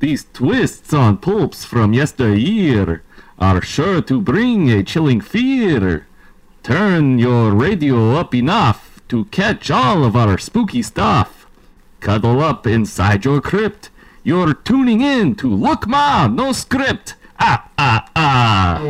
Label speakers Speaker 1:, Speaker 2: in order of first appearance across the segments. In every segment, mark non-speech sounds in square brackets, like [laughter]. Speaker 1: These twists on pulps from yesteryear are sure to bring a chilling fear. Turn your radio up enough to catch all of our spooky stuff. Cuddle up inside your crypt. You're tuning in to Look Ma, no script. Ah, ah, ah.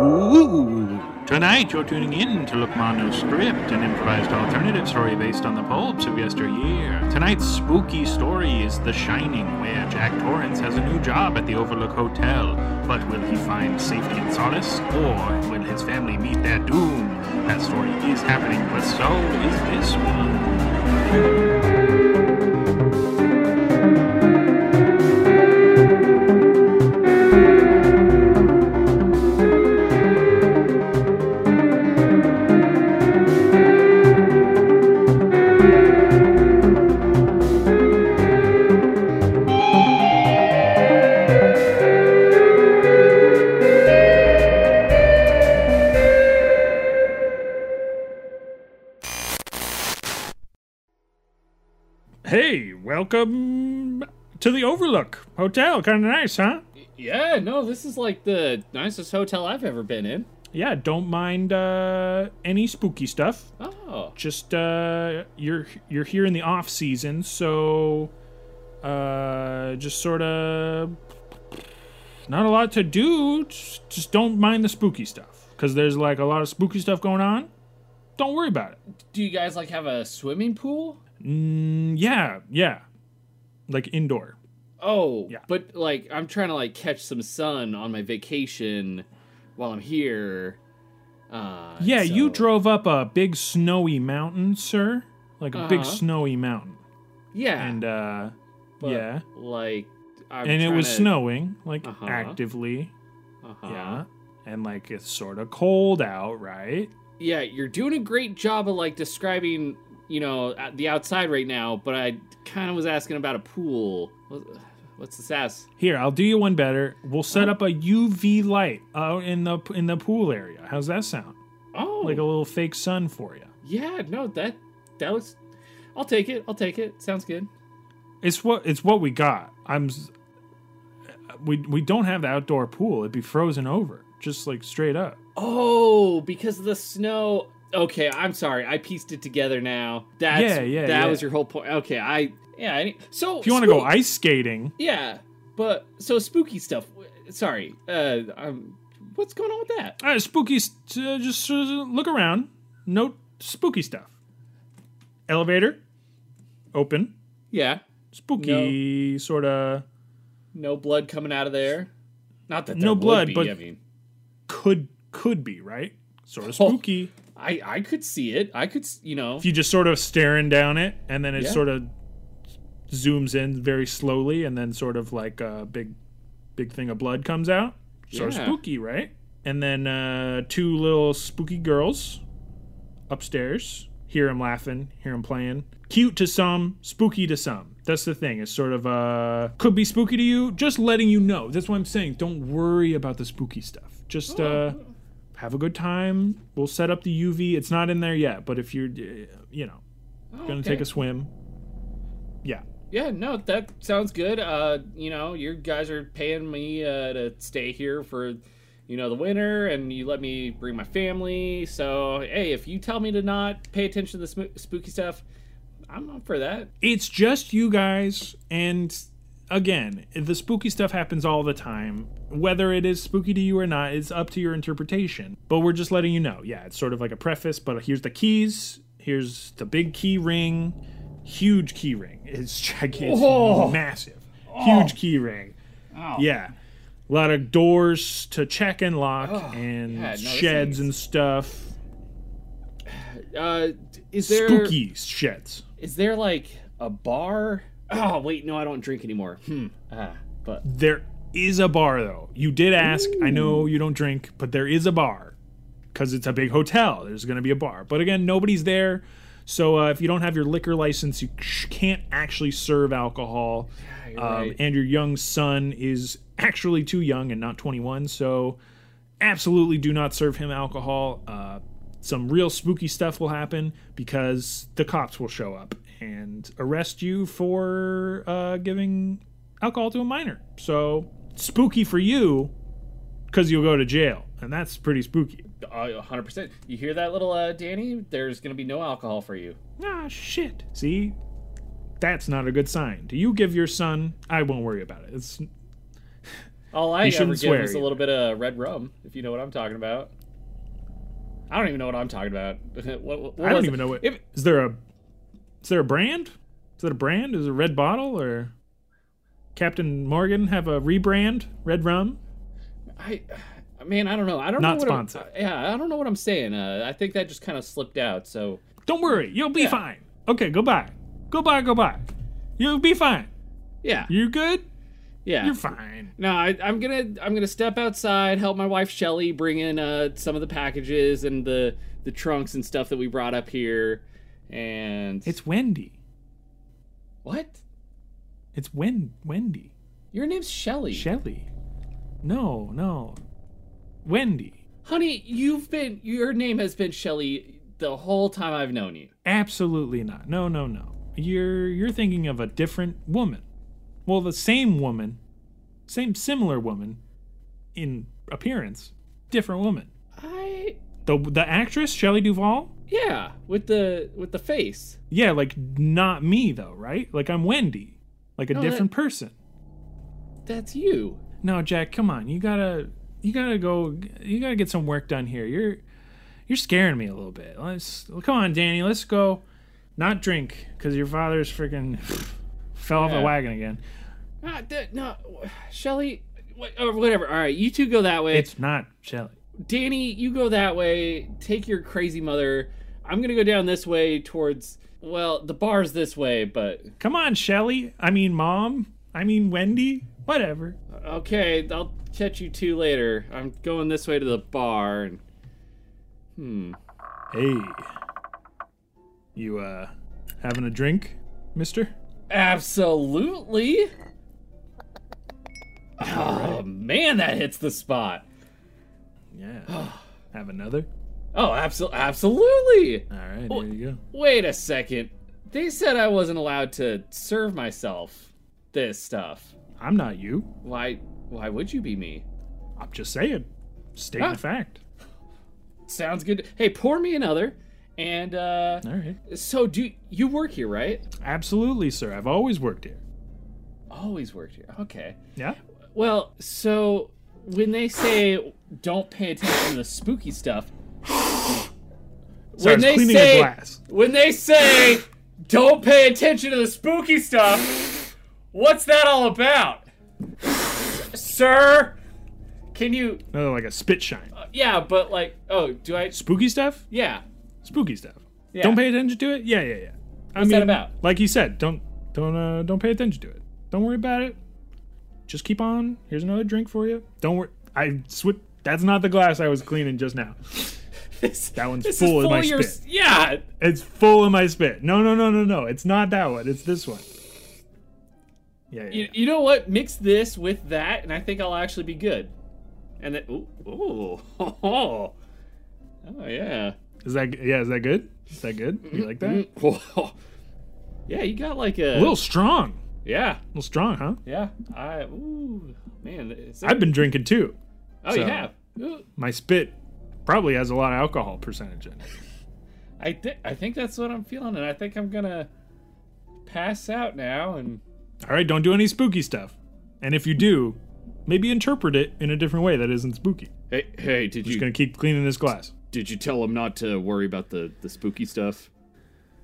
Speaker 2: Ooh. Tonight, you're tuning in to Look Mondo Script, an improvised alternative story based on the pulps of yesteryear. Tonight's spooky story is The Shining, where Jack Torrance has a new job at the Overlook Hotel. But will he find safety and solace, or will his family meet their doom? That story is happening, but so is this one.
Speaker 3: Hey, welcome to the Overlook Hotel. Kind of nice, huh?
Speaker 4: Yeah, no, this is like the nicest hotel I've ever been in.
Speaker 3: Yeah, don't mind uh, any spooky stuff.
Speaker 4: Oh,
Speaker 3: Just uh, you're you're here in the off season, so uh, just sort of not a lot to do. Just, just don't mind the spooky stuff, because there's like a lot of spooky stuff going on. Don't worry about it.
Speaker 4: do you guys like have a swimming pool?
Speaker 3: Mm, Yeah, yeah, like indoor.
Speaker 4: Oh,
Speaker 3: Yeah.
Speaker 4: but like I'm trying to like catch some sun on my vacation while I'm here. Uh,
Speaker 3: Yeah, you
Speaker 4: so-
Speaker 3: drove up a big snowy mountain, sir. Like a big
Speaker 4: Uh-huh.
Speaker 3: snowy mountain.
Speaker 4: Yeah,
Speaker 3: And uh
Speaker 4: but,
Speaker 3: yeah.
Speaker 4: like I'm
Speaker 3: and it was
Speaker 4: tryna-
Speaker 3: snowing, like
Speaker 4: Uh-huh.
Speaker 3: actively.
Speaker 4: Uh-huh.
Speaker 3: Yeah. And like it's sort of cold out, right?
Speaker 4: yeah, you're doing a great job of like describing, you know, uh, the outside right now. But I kind of was asking about a pool. What- What's this ass?
Speaker 3: Here, I'll do you one better. We'll set up a UV light out in the in the pool area. How's that sound?
Speaker 4: Oh,
Speaker 3: Like a little fake sun for you.
Speaker 4: Yeah, no, that that looks. I'll take it. I'll take it. Sounds good.
Speaker 3: It's what it's what we got. I'm s- we we don't have the outdoor pool. It'd be frozen over, just like straight up.
Speaker 4: Oh, because of the snow. Okay, I'm sorry. I pieced it together now. That's
Speaker 3: Yeah, yeah,
Speaker 4: that
Speaker 3: yeah.
Speaker 4: was your whole point. Okay, I yeah. I, so
Speaker 3: If you want to go
Speaker 4: spook-
Speaker 3: ice skating,
Speaker 4: yeah, but so spooky stuff. Sorry. Uh, I'm, what's going on with that?
Speaker 3: Uh, spooky. St- uh, just uh, look around. Note spooky stuff. Elevator, open.
Speaker 4: Yeah,
Speaker 3: Spooky sort of
Speaker 4: no blood coming out of there. Not that there
Speaker 3: No
Speaker 4: would
Speaker 3: blood,
Speaker 4: be,
Speaker 3: but-
Speaker 4: I mean,
Speaker 3: could could be right. Sort of
Speaker 4: Oh.
Speaker 3: spooky.
Speaker 4: I I could see it. I could, s- you know.
Speaker 3: If you just sort of staring down it, and then it
Speaker 4: Yeah.
Speaker 3: sort of zooms in very slowly, and then sort of like a big big thing of blood comes out. Sort
Speaker 4: Yeah.
Speaker 3: of spooky, right? And then uh, two little spooky girls upstairs. Hear him laughing, hear him playing. Cute to some, spooky to some. That's the thing. It's sort of uh could be spooky to you, just letting you know. That's what I'm saying. Don't worry about the spooky stuff. Just uh
Speaker 4: Oh.
Speaker 3: have a good time. We'll set up the UV. It's not in there yet, but if you're uh, you know, going to
Speaker 4: Okay.
Speaker 3: take a swim. Yeah.
Speaker 4: Yeah, no, that sounds good. Uh, you know, you guys are paying me uh, to stay here for, you know, the winter, and you let me bring my family. So, hey, if you tell me to not pay attention to the sm- spooky stuff, I'm up for that.
Speaker 3: it's just you guys and again the spooky stuff happens all the time whether it is spooky to you or not it's up to your interpretation but we're just letting you know yeah it's sort of like a preface but here's the keys here's the big key ring huge key ring it's, gigantic, it's
Speaker 4: Oh.
Speaker 3: massive huge key ring yeah a lot of doors to check and lock and
Speaker 4: yeah, no, this
Speaker 3: sheds
Speaker 4: thing's-
Speaker 3: and stuff
Speaker 4: Uh, is there is
Speaker 3: spooky sheds
Speaker 4: there like a bar? Oh, wait, no, I don't drink anymore. Hmm. Ah, but
Speaker 3: There is a bar though. You did ask. I know you don't drink, but there is a bar because it's a big hotel. There's going to be a bar. But again, nobody's there. So uh, if you don't have your liquor license, you sh- can't actually serve alcohol.
Speaker 4: you're
Speaker 3: um,
Speaker 4: right.
Speaker 3: And your young son is actually too young and not 21. So absolutely do not serve him alcohol. Uh, some real spooky stuff will happen because the cops will show up and arrest you for uh, giving alcohol to a minor. So spooky for you because you'll go to jail, and that's pretty spooky.
Speaker 4: Uh, 100%. You hear that, little uh, Danny? There's going to be no alcohol for you.
Speaker 3: Ah, shit. See, that's not a good sign. Do you give your son? I won't worry about it. It's
Speaker 4: All I
Speaker 3: You
Speaker 4: ever
Speaker 3: shouldn't
Speaker 4: give
Speaker 3: swear
Speaker 4: is a
Speaker 3: either.
Speaker 4: little bit of red rum, if you know what I'm talking about. I don't even know what I'm talking about. [laughs] what, what
Speaker 3: I don't
Speaker 4: was
Speaker 3: even
Speaker 4: it?
Speaker 3: know what
Speaker 4: If-
Speaker 3: is there a is there a brand? Is that a brand? Is it a red bottle or Captain Morgan have a rebrand? Red rum?
Speaker 4: I, uh, man, I don't know. I don't
Speaker 3: Not
Speaker 4: know. what I'm-
Speaker 3: sponsored.
Speaker 4: yeah, I don't know what I'm saying. Uh, I think that just kind of slipped out. So
Speaker 3: Don't worry, you'll be
Speaker 4: Yeah.
Speaker 3: fine. Okay, go bye. Go bye, go bye. You'll be fine.
Speaker 4: yeah,
Speaker 3: You good?
Speaker 4: yeah.
Speaker 3: You're fine.
Speaker 4: No, I, I'm gonna I'm gonna step outside, help my wife Shelly bring in uh, some of the packages and the the trunks and stuff that we brought up here. And
Speaker 3: It's Wendy.
Speaker 4: what?
Speaker 3: It's Wen Wendy.
Speaker 4: Your name's Shelly.
Speaker 3: Shelly. No, no. Wendy.
Speaker 4: Honey, you've been your name has been Shelly the whole time I've known you.
Speaker 3: Absolutely not. No, no, no. You're you're thinking of a different woman. Well, the same woman, same similar woman in appearance, different woman.
Speaker 4: I
Speaker 3: The the actress Shelley Duvall?
Speaker 4: yeah, with the with the face.
Speaker 3: Yeah, like not me though, right? Like I'm Wendy, like a
Speaker 4: No, that-
Speaker 3: different person.
Speaker 4: That's you.
Speaker 3: No, Jack, come on. You got to you got to go you got to get some work done here. You're you're scaring me a little bit. Let's come on, Danny. Let's go not drink cuz your father's freaking [laughs] fell off
Speaker 4: Yeah.
Speaker 3: the wagon again.
Speaker 4: Ah, that, no, Shelly. wh- Or whatever. All right, you two go that way.
Speaker 3: It's not Shelly.
Speaker 4: Danny, you go that way. Take your crazy mother. I'm gonna go down this way towards. Well, the bar's this way, but
Speaker 3: Come on, Shelly. I mean, mom. I mean, Wendy. Whatever.
Speaker 4: okay. I'll catch you two later. I'm going this way to the bar. And, hmm.
Speaker 3: Hey. You, uh, having a drink, mister?
Speaker 4: Absolutely. Oh man, that hits the spot.
Speaker 3: Yeah. Have another?
Speaker 4: Oh, absolutely, absolutely.
Speaker 3: All right, there you go.
Speaker 4: Wait a second. They said I wasn't allowed to serve myself this stuff.
Speaker 3: I'm not you.
Speaker 4: Why? Why would you be me?
Speaker 3: I'm just saying. Stating
Speaker 4: Ah.
Speaker 3: the fact.
Speaker 4: Sounds good. Hey, pour me another. And uh
Speaker 3: All right.
Speaker 4: so do you work here, right?
Speaker 3: Absolutely, sir. I've always worked here.
Speaker 4: Always worked here. Okay.
Speaker 3: Yeah?
Speaker 4: Well, so when they say don't pay attention to the spooky stuff,
Speaker 3: Sorry, I
Speaker 4: when
Speaker 3: was
Speaker 4: they
Speaker 3: cleaning a
Speaker 4: say
Speaker 3: glass.
Speaker 4: when they say don't pay attention to the spooky stuff, what's that all about? Sir, can you
Speaker 3: Another, like a spit shine.
Speaker 4: Yeah, but like, oh, do I
Speaker 3: Spooky stuff?
Speaker 4: Yeah.
Speaker 3: Spooky stuff.
Speaker 4: Yeah.
Speaker 3: Don't pay attention to it? Yeah, yeah, yeah. I
Speaker 4: What's that about?
Speaker 3: Like you said, don't don't uh, don't pay attention to it. Don't worry about it. Just keep on. Here's another drink for you. Don't worry. I swi That's not the glass I was cleaning just now.
Speaker 4: [laughs] This,
Speaker 3: That one's
Speaker 4: this is
Speaker 3: full of my
Speaker 4: of your
Speaker 3: spit.
Speaker 4: s- Yeah.
Speaker 3: It's full of my spit. No, no, no, no, no. It's not that one. It's this one. Yeah, yeah. yeah.
Speaker 4: You, you know what? Mix this with that, and I think I'll actually be good. And then, ooh, ooh, [laughs] oh, yeah,
Speaker 3: Is that yeah? Is that good? Is that good? You like that?
Speaker 4: Mm, yeah. You got like a
Speaker 3: A little strong.
Speaker 4: yeah,
Speaker 3: A little strong, huh?
Speaker 4: yeah. I ooh, man. Is that,
Speaker 3: I've been drinking too.
Speaker 4: oh,
Speaker 3: so-
Speaker 4: you have. Ooh,
Speaker 3: My spit probably has a lot of alcohol percentage in it.
Speaker 4: I think I think that's what I'm feeling, and I think I'm gonna pass out now. And
Speaker 3: All right, don't do any spooky stuff. And if you do, maybe interpret it in a different way that isn't spooky.
Speaker 4: hey, hey, did
Speaker 3: Just gonna keep cleaning this glass.
Speaker 4: did you tell him not to worry about the the spooky stuff?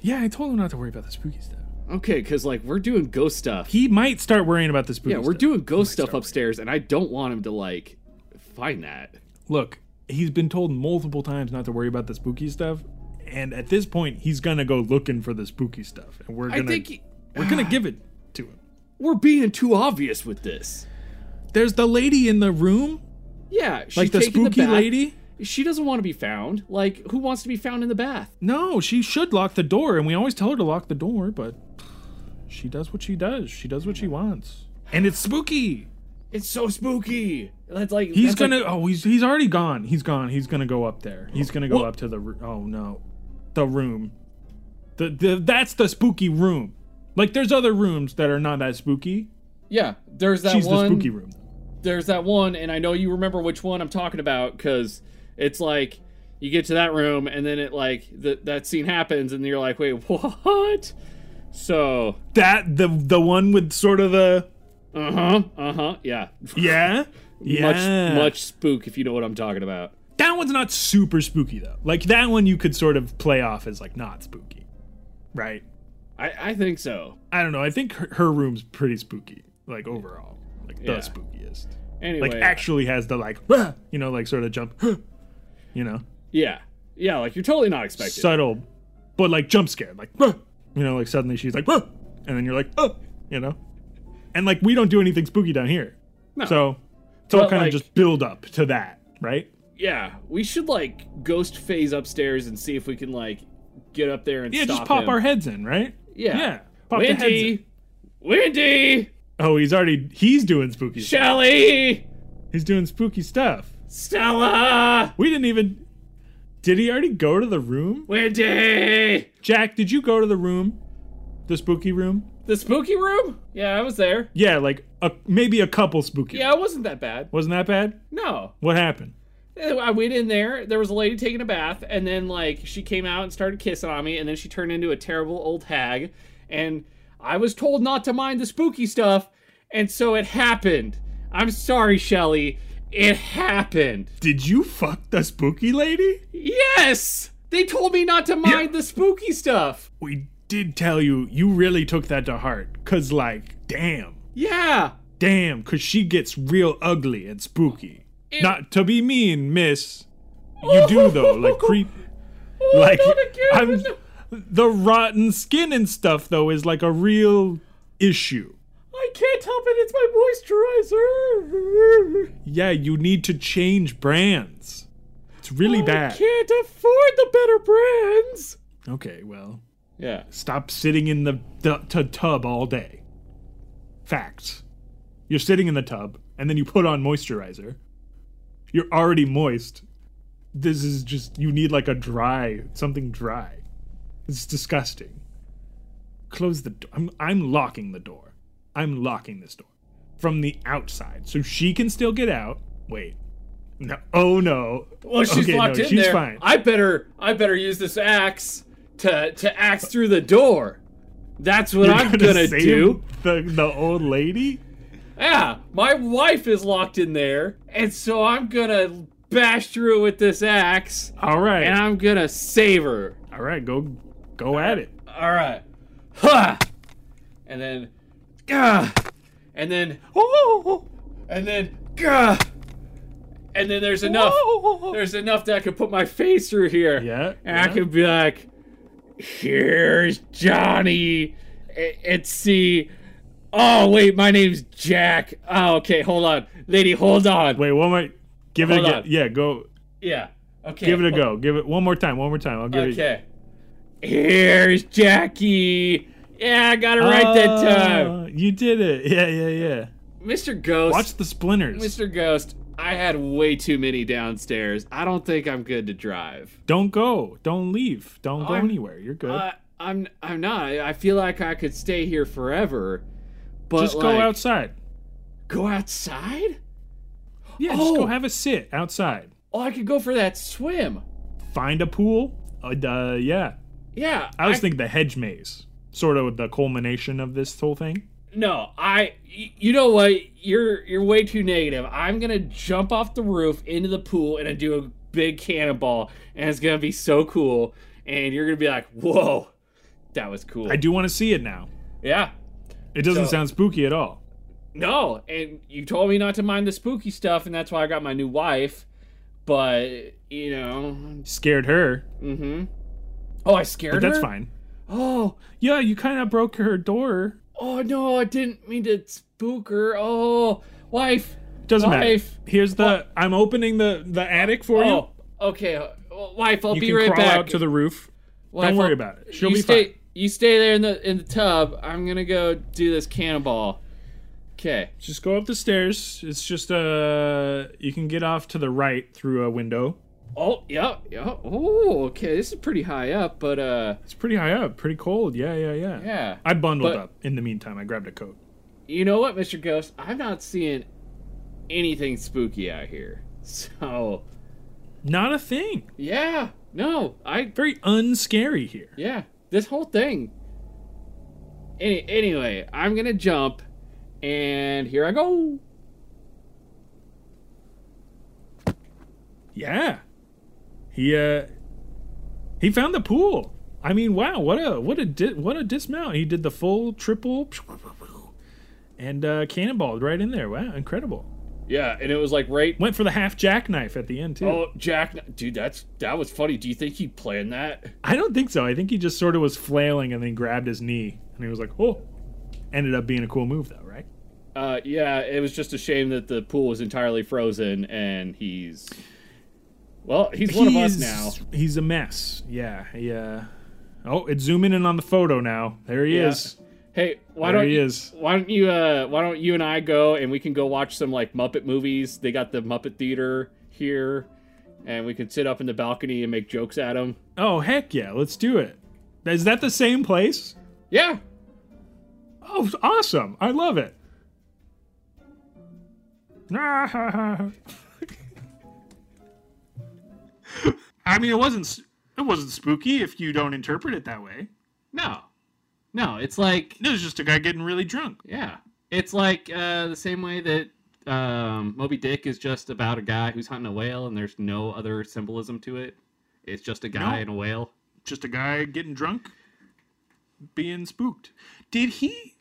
Speaker 3: Yeah, I told him not to worry about the spooky stuff.
Speaker 4: Okay, because like we're doing ghost stuff.
Speaker 3: He might start worrying about the spooky
Speaker 4: Yeah, we're
Speaker 3: stuff.
Speaker 4: doing ghost stuff upstairs, and I don't want him to like find that.
Speaker 3: Look, he's been told multiple times not to worry about the spooky stuff, and at this point, he's gonna go looking for the spooky stuff, and we're
Speaker 4: I
Speaker 3: gonna
Speaker 4: think he-
Speaker 3: we're gonna give it to him.
Speaker 4: we're being too obvious with this.
Speaker 3: There's the lady in the room,
Speaker 4: Yeah, she's
Speaker 3: like the
Speaker 4: taking
Speaker 3: spooky
Speaker 4: bath.
Speaker 3: lady.
Speaker 4: She doesn't want to be found. Like, who wants to be found in the bath?
Speaker 3: No, she should lock the door, and we always tell her to lock the door, but she does what she does. She does what she wants. And it's spooky.
Speaker 4: It's so spooky. That's like
Speaker 3: He's
Speaker 4: that's
Speaker 3: gonna.
Speaker 4: Like,
Speaker 3: oh, he's he's already gone. He's gone. He's gonna go up there. He's gonna go
Speaker 4: Wha-
Speaker 3: up to the. r- Oh no, the room. The, the that's the spooky room. Like there's other rooms that are not that spooky.
Speaker 4: Yeah, there's that
Speaker 3: She's the
Speaker 4: one.
Speaker 3: spooky room.
Speaker 4: there's that one, and I know you remember which one I'm talking about because it's like you get to that room, and then it like th- that scene happens, and you're like, wait, [laughs] what? So,
Speaker 3: That the the one with sort of the
Speaker 4: uh huh, uh huh, yeah,
Speaker 3: yeah yeah
Speaker 4: much much spook if you know what I'm talking about.
Speaker 3: That one's not super spooky though. Like that one you could sort of play off as like not spooky, right?
Speaker 4: I I think so.
Speaker 3: I don't know. I think her, her room's pretty spooky, like overall, like
Speaker 4: Yeah.
Speaker 3: the spookiest.
Speaker 4: Anyway,
Speaker 3: Like actually has the like you know like sort of jump, you know
Speaker 4: yeah, yeah, like you're totally not expecting.
Speaker 3: subtle, but like jump scare like you know like suddenly she's like and then you're like you know, and like we don't do anything spooky down here,
Speaker 4: No.
Speaker 3: so it's all
Speaker 4: But,
Speaker 3: kind
Speaker 4: like-
Speaker 3: of just build up to that, right?
Speaker 4: Yeah, we should like ghost phase upstairs and see if we can like get up there and
Speaker 3: Yeah,
Speaker 4: stop
Speaker 3: just pop
Speaker 4: him.
Speaker 3: our heads in, right?
Speaker 4: Yeah.
Speaker 3: yeah. Pop the heads in.
Speaker 4: Wendy, Wendy,
Speaker 3: Oh, he's already he's doing spooky. stuff.
Speaker 4: Shelly,
Speaker 3: He's doing spooky stuff.
Speaker 4: Stella,
Speaker 3: We didn't even. Did he already go to the room?
Speaker 4: Wendy.
Speaker 3: Jack, did you go to the room? The spooky room?
Speaker 4: The spooky room? Yeah, I was there.
Speaker 3: Yeah, like a, maybe a couple spooky.
Speaker 4: Yeah, it wasn't that bad.
Speaker 3: Wasn't that bad?
Speaker 4: No,
Speaker 3: What happened?
Speaker 4: Eh, [laughs] I went in there. There was a lady taking a bath, and then like she came out and started kissing on me, and then she turned into a terrible old hag. And I was told not to mind the spooky stuff, and so it happened. I'm sorry, Shelly. It happened.
Speaker 3: Did you fuck the spooky lady?
Speaker 4: Yes! They told me not to mind the spooky stuff.
Speaker 3: We did tell you, you really took that to heart. Cause, like, damn.
Speaker 4: Yeah.
Speaker 3: Damn, cause she gets real ugly and spooky.
Speaker 4: Ew.
Speaker 3: Not to be mean, miss. You do, though.
Speaker 4: [laughs]
Speaker 3: Like, creep. like
Speaker 4: Oh, not again.
Speaker 3: I'm, the rotten skin and stuff though is like a real issue
Speaker 4: I can't help it. It's my moisturizer.
Speaker 3: yeah you need to change brands it's really
Speaker 4: Oh, I
Speaker 3: bad
Speaker 4: can't afford the better brands.
Speaker 3: okay well
Speaker 4: Yeah.
Speaker 3: stop sitting in the, the, tu- tub all day facts you're sitting in the tub and then you put on moisturizer you're already moist this is just you need like a dry something dry it's disgusting close the door I'm, I'm locking the door i'm locking this door from the outside so she can still get out wait no oh no
Speaker 4: Well, she's
Speaker 3: Okay, no,
Speaker 4: locked in
Speaker 3: she's
Speaker 4: there.
Speaker 3: fine
Speaker 4: I better, I better use this axe to to axe through the door. That's what I'm
Speaker 3: You're
Speaker 4: gonna
Speaker 3: save
Speaker 4: do.
Speaker 3: the, the old lady
Speaker 4: Yeah, my wife is locked in there, and so I'm gonna bash through with this axe,
Speaker 3: all right
Speaker 4: and I'm gonna save her.
Speaker 3: All right, go go at it.
Speaker 4: All right. Ha! And then, gah! And then, and then, gah! And then there's
Speaker 3: [laughs]
Speaker 4: enough. There's enough that I could put my face through here.
Speaker 3: Yeah,
Speaker 4: And I
Speaker 3: yeah.
Speaker 4: could be like, here's Johnny. A- And see. Oh, wait, my name's Jack. Oh, okay, hold on. Lady, hold on.
Speaker 3: Wait, one more. Give it
Speaker 4: Hold
Speaker 3: a
Speaker 4: on.
Speaker 3: go. Yeah, go.
Speaker 4: Yeah. Okay.
Speaker 3: Give it a go. Give it one more time. One more time. I'll give it.
Speaker 4: Okay. Here's Jackie. Yeah, I got it right that time.
Speaker 3: Oh, You did it. [laughs] Yeah, yeah, yeah.
Speaker 4: Mr. Ghost.
Speaker 3: Watch the splinters.
Speaker 4: Mr. Ghost, I had way too many downstairs. I don't think I'm good to drive.
Speaker 3: Don't go. Don't leave. Don't go
Speaker 4: I'm-
Speaker 3: anywhere. You're good.
Speaker 4: I, I'm I'm not. I I feel like I could stay here forever. But
Speaker 3: just go
Speaker 4: like,
Speaker 3: outside.
Speaker 4: Go outside?
Speaker 3: Yeah, just
Speaker 4: Oh!
Speaker 3: go have a sit outside.
Speaker 4: Oh, I could go for that swim.
Speaker 3: Find a pool. Uh, uh, yeah.
Speaker 4: Yeah.
Speaker 3: I was thinking the hedge maze, sort of the culmination of this whole thing.
Speaker 4: No, I. y- You know what? You're you're way too negative. I'm gonna jump off the roof into the pool and I do a big cannonball, and it's gonna be so cool. And you're gonna be like, "Whoa, that was cool."
Speaker 3: I do want to see it now.
Speaker 4: Yeah.
Speaker 3: It doesn't
Speaker 4: So-
Speaker 3: sound spooky at all.
Speaker 4: No, and you told me not to mind the spooky stuff, and that's why I got my new wife. But you know,
Speaker 3: Scared her,
Speaker 4: mm-hmm. Oh, I scared
Speaker 3: but that's
Speaker 4: her?
Speaker 3: fine.
Speaker 4: Oh,
Speaker 3: Yeah, you kind of broke her door.
Speaker 4: oh no, I didn't mean to spook her. Oh, wife.
Speaker 3: Doesn't matter.
Speaker 4: Wife.
Speaker 3: Here's the. I'm opening the the attic for
Speaker 4: Oh, okay. uh, Wife, I'll
Speaker 3: you. You
Speaker 4: be
Speaker 3: can
Speaker 4: right
Speaker 3: crawl
Speaker 4: back.
Speaker 3: out to the roof.
Speaker 4: Wife,
Speaker 3: Don't worry
Speaker 4: I'll-
Speaker 3: about it. She'll
Speaker 4: you
Speaker 3: be
Speaker 4: stay,
Speaker 3: fine.
Speaker 4: You stay there in the in the tub. I'm gonna go do this cannonball. Okay.
Speaker 3: Just go up the stairs. It's just uh, you can get off to the right through a window.
Speaker 4: Oh, yeah, yeah. Oh, okay. This is pretty high up, but uh,
Speaker 5: It's pretty high up, pretty cold. Yeah, yeah, yeah.
Speaker 4: yeah.
Speaker 5: I bundled
Speaker 4: But-
Speaker 5: up in the meantime. I grabbed a coat.
Speaker 4: You know what, Mr. Ghost? I'm not seeing anything spooky out here. [laughs] So,
Speaker 5: Not a thing.
Speaker 4: yeah. No, I
Speaker 5: Very unscary here.
Speaker 4: yeah. This whole thing. Any, anyway, I'm going to jump and here I go.
Speaker 5: Yeah. He uh he found the pool. I mean, wow, what a what a di- what a dismount. He did the full triple and uh cannonballed right in there. Wow, incredible.
Speaker 4: Yeah, and it was like right
Speaker 5: Went for the half jackknife at the end too.
Speaker 4: Oh, Jack, dude, that's that was funny. Do you think he planned that?
Speaker 5: I don't think so. I think he just sort of was flailing and then grabbed his knee and he was like, "Oh." Ended up being a cool move though, right?
Speaker 4: Uh, yeah, it was just a shame that the pool was entirely frozen and he's well, he's one of us now.
Speaker 5: He's a mess. Yeah. Yeah. Oh, it's zooming in on the photo now. There he
Speaker 4: Yeah.
Speaker 5: is.
Speaker 4: Hey, why
Speaker 5: There
Speaker 4: don't
Speaker 5: he
Speaker 4: you,
Speaker 5: is.
Speaker 4: why don't you uh why don't you and I go and we can go watch some like Muppet movies? They got the Muppet Theater here, and we can sit up in the balcony and make jokes at them.
Speaker 5: Oh, heck yeah. Let's do it. Is that the same place?
Speaker 4: Yeah,
Speaker 5: Oh, awesome. I love
Speaker 3: [laughs]
Speaker 5: it. I
Speaker 3: I mean, it wasn't s- it wasn't spooky if you don't interpret it that way.
Speaker 4: no, no, it's like
Speaker 3: It was just a guy getting really drunk.
Speaker 4: yeah, it's like uh, the same way that um, Moby Dick is just about a guy who's hunting a whale, and there's no other symbolism to it. It's just a guy
Speaker 3: No.
Speaker 4: and a whale.
Speaker 3: Just a guy getting drunk, being spooked. Did he?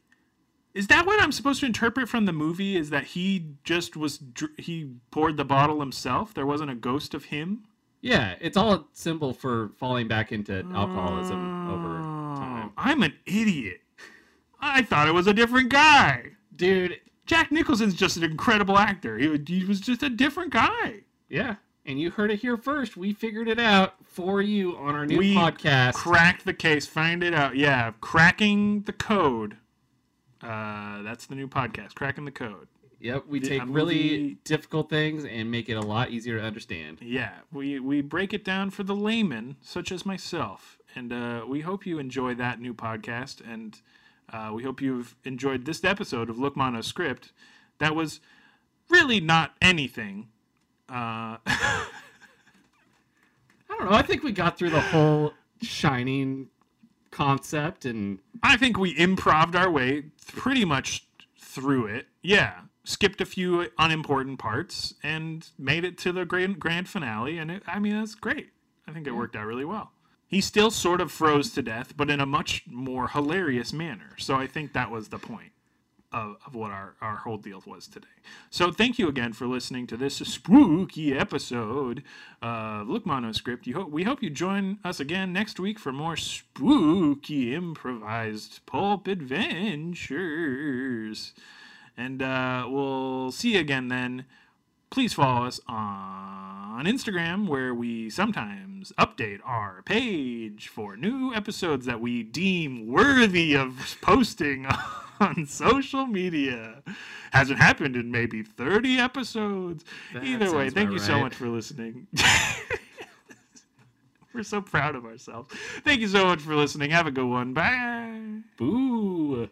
Speaker 3: Is that what I'm supposed to interpret from the movie? Is that he just was dr- he poured the bottle himself? There wasn't a ghost of him.
Speaker 4: Yeah, it's all a symbol for falling back into alcoholism over
Speaker 3: Oh,
Speaker 4: time.
Speaker 3: I'm an idiot. I thought it was a different guy.
Speaker 4: Dude,
Speaker 3: Jack Nicholson's just an incredible actor. He, he was just a different guy.
Speaker 4: Yeah, and you heard it here first. We figured it out for you on our new
Speaker 3: We
Speaker 4: podcast.
Speaker 3: Crack the case, find it out. Yeah, cracking the code. Uh, that's the new podcast, cracking the code.
Speaker 4: yep, we
Speaker 3: Did-
Speaker 4: take
Speaker 3: a
Speaker 4: really
Speaker 3: movie-
Speaker 4: difficult things and make it a lot easier to understand.
Speaker 3: Yeah, we we break it down for the layman such as myself, and uh, we hope you enjoy that new podcast, and uh, we hope you've enjoyed this episode of Look Mono Script. That was really not anything. Uh, [laughs]
Speaker 4: I don't know. I think we got through the whole shining concept and
Speaker 3: I think we improved our way pretty much through it. Yeah. Skipped a few unimportant parts and made it to the grand, grand finale. And it, I mean, that's great. I think it worked out really well. He still sort of froze to death, but in a much more hilarious manner. So I think that was the point of, of what our, our whole deal was today. So thank you again for listening to this spooky episode of Look Monoscript. You hope we hope you join us again next week for more spooky improvised pulp adventures. And uh, we'll see you again then. Please follow us on Instagram, where we sometimes update our page for new episodes that we deem worthy of posting [laughs] on social media. Hasn't happened in maybe 30 episodes. Either way,
Speaker 4: sounds
Speaker 3: thank
Speaker 4: about
Speaker 3: you so
Speaker 4: right.
Speaker 3: much for listening. [laughs] We're so proud of ourselves. Thank you so much for listening. Have a good one. Bye.
Speaker 4: boo.